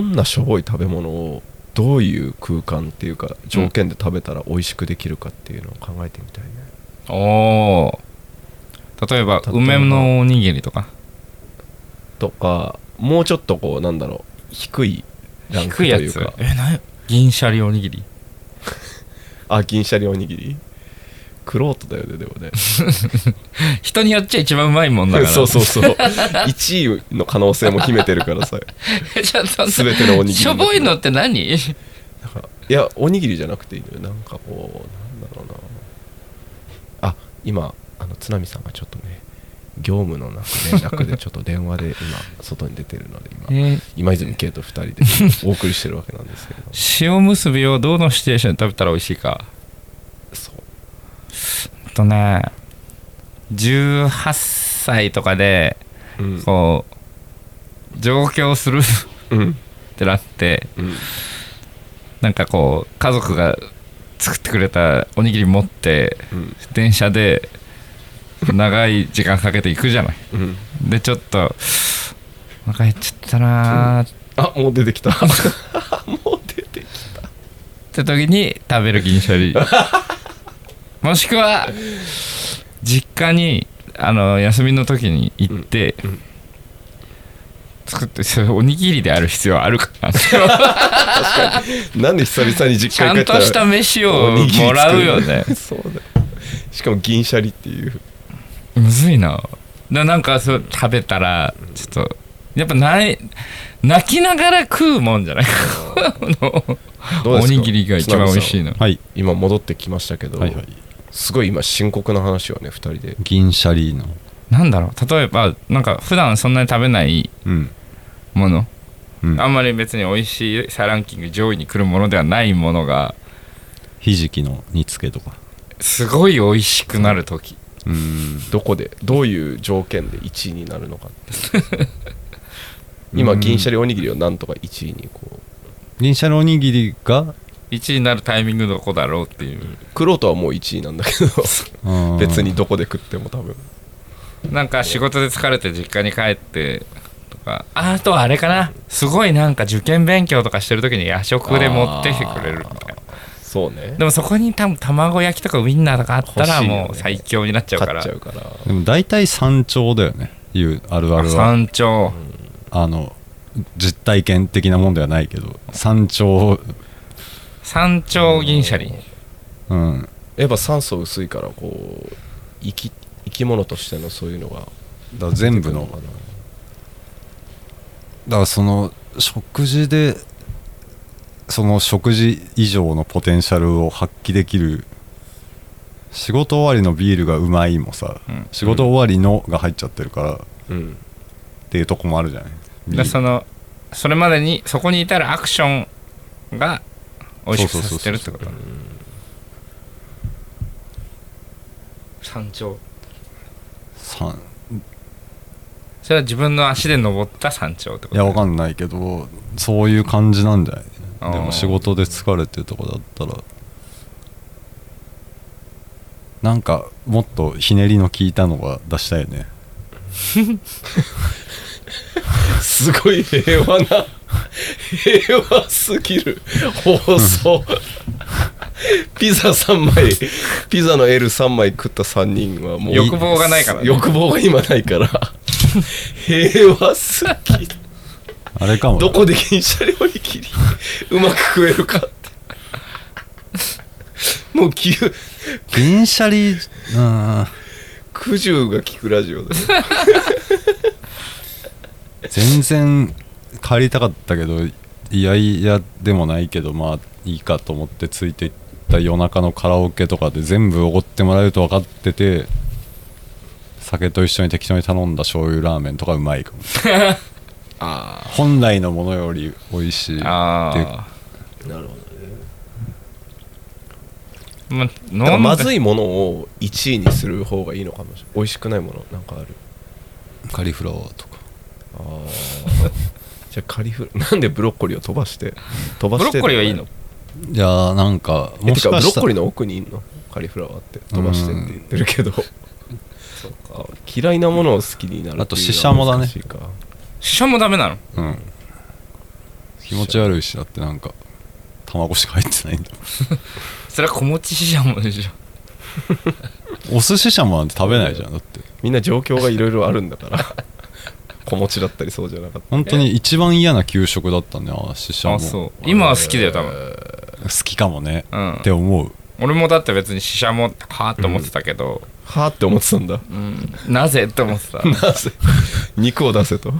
んなしょぼい食べ物をどういう空間っていうか条件で食べたら美味しくできるかっていうのを考えてみたいね、おー例え例ばえば梅のおにぎりとかとかもうちょっとこうなんだろう低いランクと低いやいうつかえな銀シャリおにぎりあ銀シャリおにぎりクロートだよねでもね 人によっちゃ一番うまいも んだからそうそうそう1位の可能性も秘めてるからさえ ちょっと全てのおにぎりしょぼいのって何なんかいやおにぎりじゃなくていいのよなんかこうなんだろうなあ今あの津波さんがちょっとね業務のなんか連絡でちょっと電話で 今外に出てるので今えー今泉圭と2人でお送りしてるわけなんですけど塩むすびをどのシチュエーションで食べたら美味しいかそうえっとね18歳とかでうんこう上京するっうんてなってうんなんかこう家族が作ってくれたおにぎり持ってうん電車で長い時間かけて行くじゃないうんでちょっとお腹減っちゃったなーっあもう出てきた もう出てきて時に食べる銀シ ャリもしくは実家にあの休みの時に行って、うんうん作ってそれおにぎりである必要あるか なちたなんで久々に実ゃ家に帰っんたらとした飯をおにぎり作るもらうよね そうだよしかも銀シャリっていうむずいなななんかそう食べたらちょっとやっぱない泣きながら食うもんじゃない こどのうでおすかにぎりが一番美味しいのはい今戻ってきましたけど、はいはいすごい今深刻な話をね2人で銀シャリのなんだろう例えばなんか普段そんなに食べないうんもの、うんあんまり別に美味しいさランキング上位に来るものではないものがひじきの煮つけとかすごい美味しくなる時うんどこでどういう条件で1位になるのかっていう今銀シャリおにぎりをなんとか1位にこう銀シャリおにぎりが1位になるタイミングどこだろうっていうクロートはもう1位なんだけどうん別にどこで食っても多分なんか仕事で疲れて実家に帰ってとかあとはあれかなすごいなんか受験勉強とかしてる時に夜食で持ってきてくれるみたいなそうねでもそこに多分卵焼きとかウインナーとかあったら欲しいよねもう最強になっちゃうか買らっちゃうからでも大体山頂だよねいうあるあるは山頂あの実体験的なもんではないけど山頂山頂銀シャリうんやっぱ酸素薄いからこう生き生き物としてのそういうのがだから全部の出てくるかなだからその食事でその食事以上のポテンシャルを発揮できる仕事終わりのビールがうまいもさ、うん仕事終わりのが入っちゃってるからっうんていうとこもあるじゃないビーでルそのそれまでにそこに至るアクションが美味しくさせてるってことそう山頂さんそれは自分の足で登った山頂ってこといやわかんないけどそういう感じなんじゃないであーも仕事で疲れてるとこだったらなんかもっとひねりの効いたのが出したいよねすごい平和な平和すぎる放送ピザ3枚ピザの L3 枚食った3人はもう 欲望がないからね欲望が今ないから平和すぎるあれかもどこで銀シャリおにぎりうまく食えるかってもう牛銀シャリうん九十が聞くラジオで全然帰りたかったけどいやいやでもないけどまあいいかと思ってついていった夜中のカラオケとかで全部おごってもらえると分かってて酒と一緒に適当に頼んだ醤油ラーメンとかうまいかも あ本来のものより美味しいああなるほどあまだからまずいいものを1位にする方がいいのかもしれない美味しくないものなんかあるカリフラワーとかあー じゃあカリフラなんでブロッコリーを飛ばして飛ばブしロてッコリーはいいのいやーなんかえもてしかブかロしッたコリらーの奥にいんのカリフラワーって飛ばしてって言ってるけどそうか嫌いなものを好きになるっていうのはあとシシャモだね難しいかシシャもダメなのうん気持ち悪いしだってなんか卵しか入ってないんだそれは子持ちしゃもんでしょお寿司しゃもなんて食べないじゃんだってみんな状況がいろいろあるんだから 子持ちだったりそうじゃなかった本当に一番嫌な給食だったねああししゃもあそう今は好きだよ多分好きかもね、うんって思う俺もだって別にシシャモはーって思ってたけど、はあって思ってたんだうんなぜって思 ってたなぜ 肉を出せと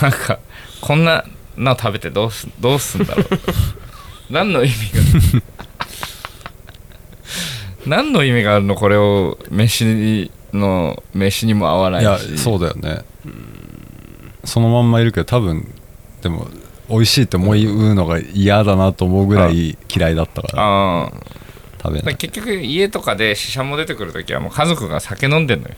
なんかこんなの食べてどうすどうすんだ ろう何の意味が何の意味があるのこれを飯にの飯にも合わないいやしそうだよねそのまんまいるけど多分でも美味しいって思うのが嫌だなと思うぐらい嫌いだったからああ食べだかならい結局家とかでシシャモ出てくるときはもう家族が酒飲んでんのよ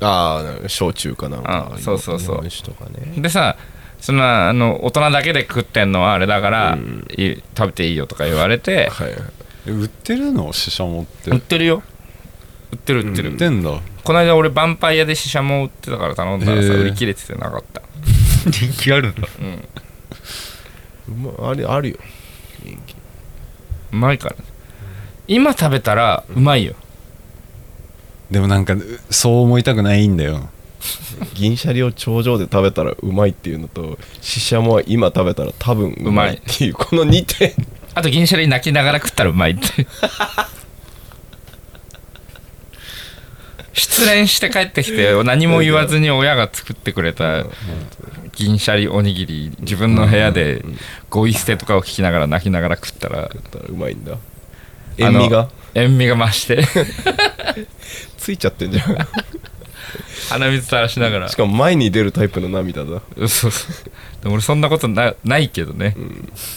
ああ焼酎かなんかあそうそうそう日本酒とかねでさそんなあの大人だけで食ってんのはあれだから、うんいい食べていいよとか言われてはいはい売ってるのししゃもって売ってるよ売ってる売ってる、売ってんだこの間俺バンパイアでシシャモ売ってたから頼んだらさへー売り切れててなかった人気あるんだうんうまあれあるよ人気うまいから今食べたらうまいよ、でもなんかそう思いたくないんだよ銀シャリを頂上で食べたらうまいっていうのとシシャモは今食べたら多分うまいっていう この2点あと銀シャリ泣きながら食ったらうまいって 失恋して帰ってきて何も言わずに親が作ってくれた銀シャリおにぎり自分の部屋でゴイ捨てとかを聞きながら泣きながら食ったらだったらうまいんだあ塩の味が塩味が増して ついちゃってんじゃん鼻水垂らしながらしかも前に出るタイプの涙だそうそうでも俺そんなことなないけどね、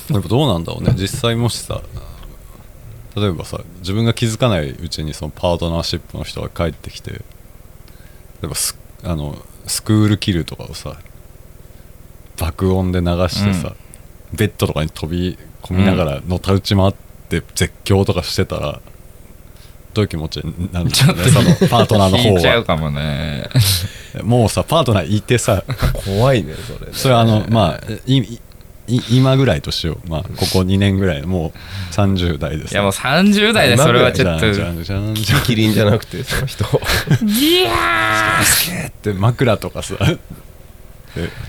でもどうなんだろうね実際もしさ例えばさ自分が気づかないうちにそのパートナーシップの人が帰ってきて例えばスあのスクールキルとかをさ爆音で流してさ、ベッドとかに飛び込みながらのたうち回って絶叫とかしてたらどういう気持ちになるんだろうねそのパートナーの聞いちゃう方かもねはもうさパートナーいてさ怖いねそれねそれはあのまあいいい今ぐらいとしようまあここ2年ぐらいもう30代ですいやもう30代でそれはちょっとじゃんじゃんじゃんじゃんキリンじゃなくてその人ギヤで枕とかさで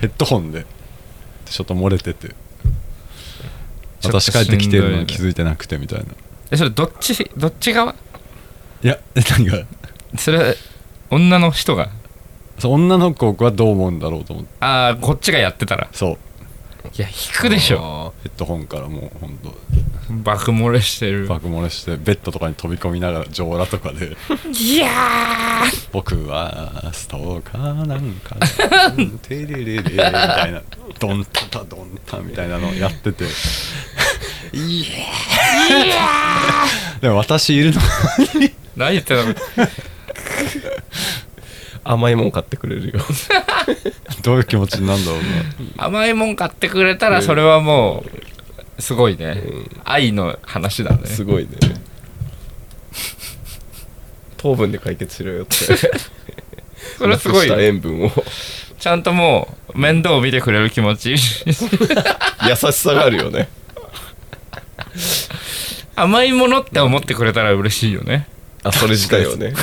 ヘッドホンでちょっと漏れててちょっとし私んどい帰ねってきてるのに気づいてなくてみたいないーそれどっちどっち側やえなんかそれ女の人がそう女の子はどう思うんだろうと思ってああこっちがやってたらそういや引くでしょょヘッドホンからもうほんと爆漏れしてる爆漏れしてベッドとかに飛び込みながら上裸とかでギヤー僕はストーカーなんかなうん テレレレみたいなドンタタドンタみたいなのをやってていやーでも私いるの何言ってたの甘いもん買ってくれるよどういう気持ちになるんだろうな 甘いもん買ってくれたらそれはもうすごいね愛の話だねすごいね糖分で解決しろよってそれはすごいなくしたよ塩分をちゃんともう面倒を見てくれる気持 ち優しさがあるよね甘いものって思ってくれたら嬉しいよねあそれ自体をね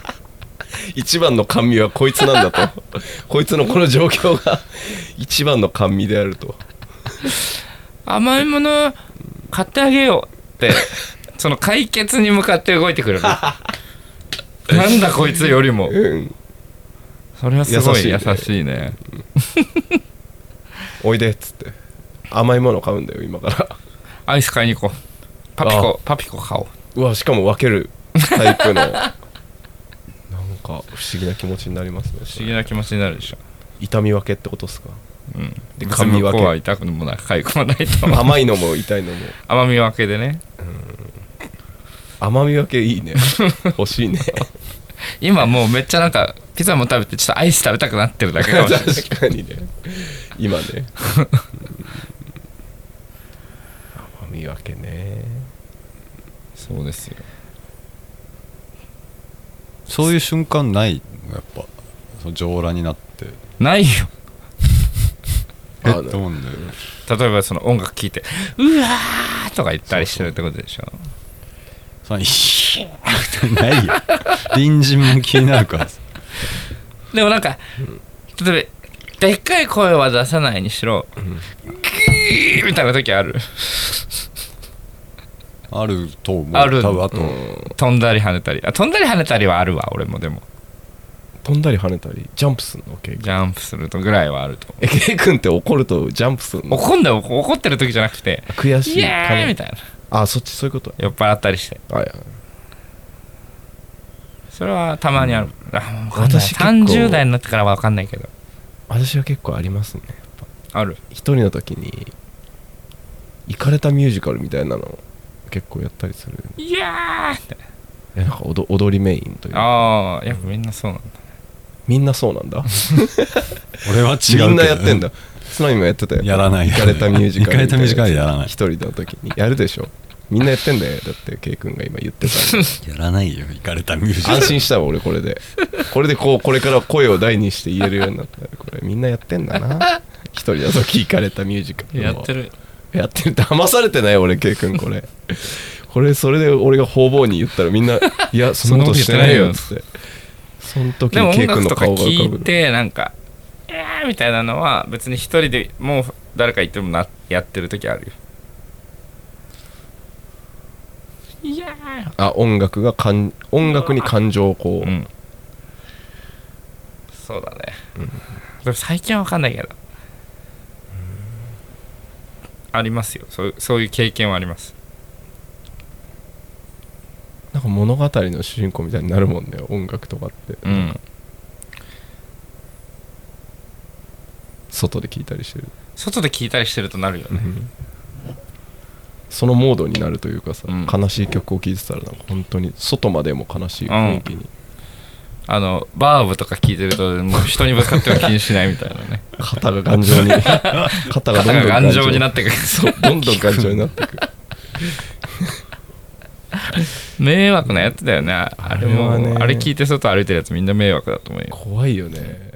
一番の甘味はこいつなんだ とこいつのこの状況が 一番の甘味であると甘いもの買ってあげよう ってその解決に向かって動いて くれるなんだこいつよりもうんそれはすごい優優しいねしいねおいでっつって甘いもの買うんだよ今からアイス買いに行こうパピコパピコ買おううわしかも分けるタイプのなんか不思議な気持ちになりますね不思議な気持ちになるでしょ痛み分けってことです かうんでで別噛にみ分向けこうは痛くもないかゆくもない と甘いのも痛いのも甘み分けでね甘み分けいいね 欲しいね今もうめっちゃなんかピザも食べてちょっとアイス食べたくなってるだけかもしれ ない 確かにね今ね 甘み分けねそうですよそういう瞬間ないのやっぱその上裸になってないよえあっと思うんだよ例えばその音楽聴いて「うわー!」とか言ったりしてるってことでしょそのいや ないよ隣人も気になるからでもなんか例えばでっかい声は出さないにしろ「ギー!」みたいな時あるあると思うある多分あと、飛んだり跳ねたりあ飛んだり跳ねたりはあるわ俺もでも飛んだり跳ねたりジャンプすんのケイ君ジャンプするとぐらいはあるとえケイ君って怒るとジャンプすんの怒んだよ怒ってる時じゃなくて悔「しいイエーイ!」みたいなあそっちそういうこと酔っ払ったりしてあいやそれはたまにある、あもう分かんない私結構30代になってからは分かんないけど私は結構ありますねやっぱある一人の時に行かれたミュージカルみたいなの結構やったりするいやーってえなんか踊踊りメインというああやっぱみんなそうなんだみんなそう なんだ俺は違うけどみんなやってんだ津波もやってたよやらない行かれたミュージカル行かれたミュージカルやらない一人の時にやるでしょみんなやってんだよだってケイ君が今言って たのやらないよ行かれたミュージカル安心したわ俺これでこれでこうこれから声を大にして言えるようになったこれみんなやってんだな一人の時行かれたミュージカルをやってるやってる騙されてない俺ケイ君これこれそれで俺が方々に言ったらみん な「いやそんなことしてないよ」っつってその時でもにケ音イ君の楽とか顔が浮か聞いぶてなんか「えー」みたいなのは別に一人でもう誰かいてもなやってる時あるよいやーあ音楽がかん音楽に感情をこううんそうだね、でも最近は分かんないけどありますよそうそういう経験はありますなんか物語の主人公みたいになるもんね音楽とかってうん外で聞いたりしてる外で聞いたりしてるとなるよね、そのモードになるというかさうん悲しい曲を聴いてたらなんか本当に外までも悲しい雰囲気にあのバーブとか聞いてるともう人にぶつかっては気にしないみたいな ね肩が頑 丈に肩がど肩んどがん頑丈になってくるそうどんどん頑丈になってくる迷惑なやつだよねあれもあれはねあれ聞いて外歩いてるやつみんな迷惑だと思うよ怖いよね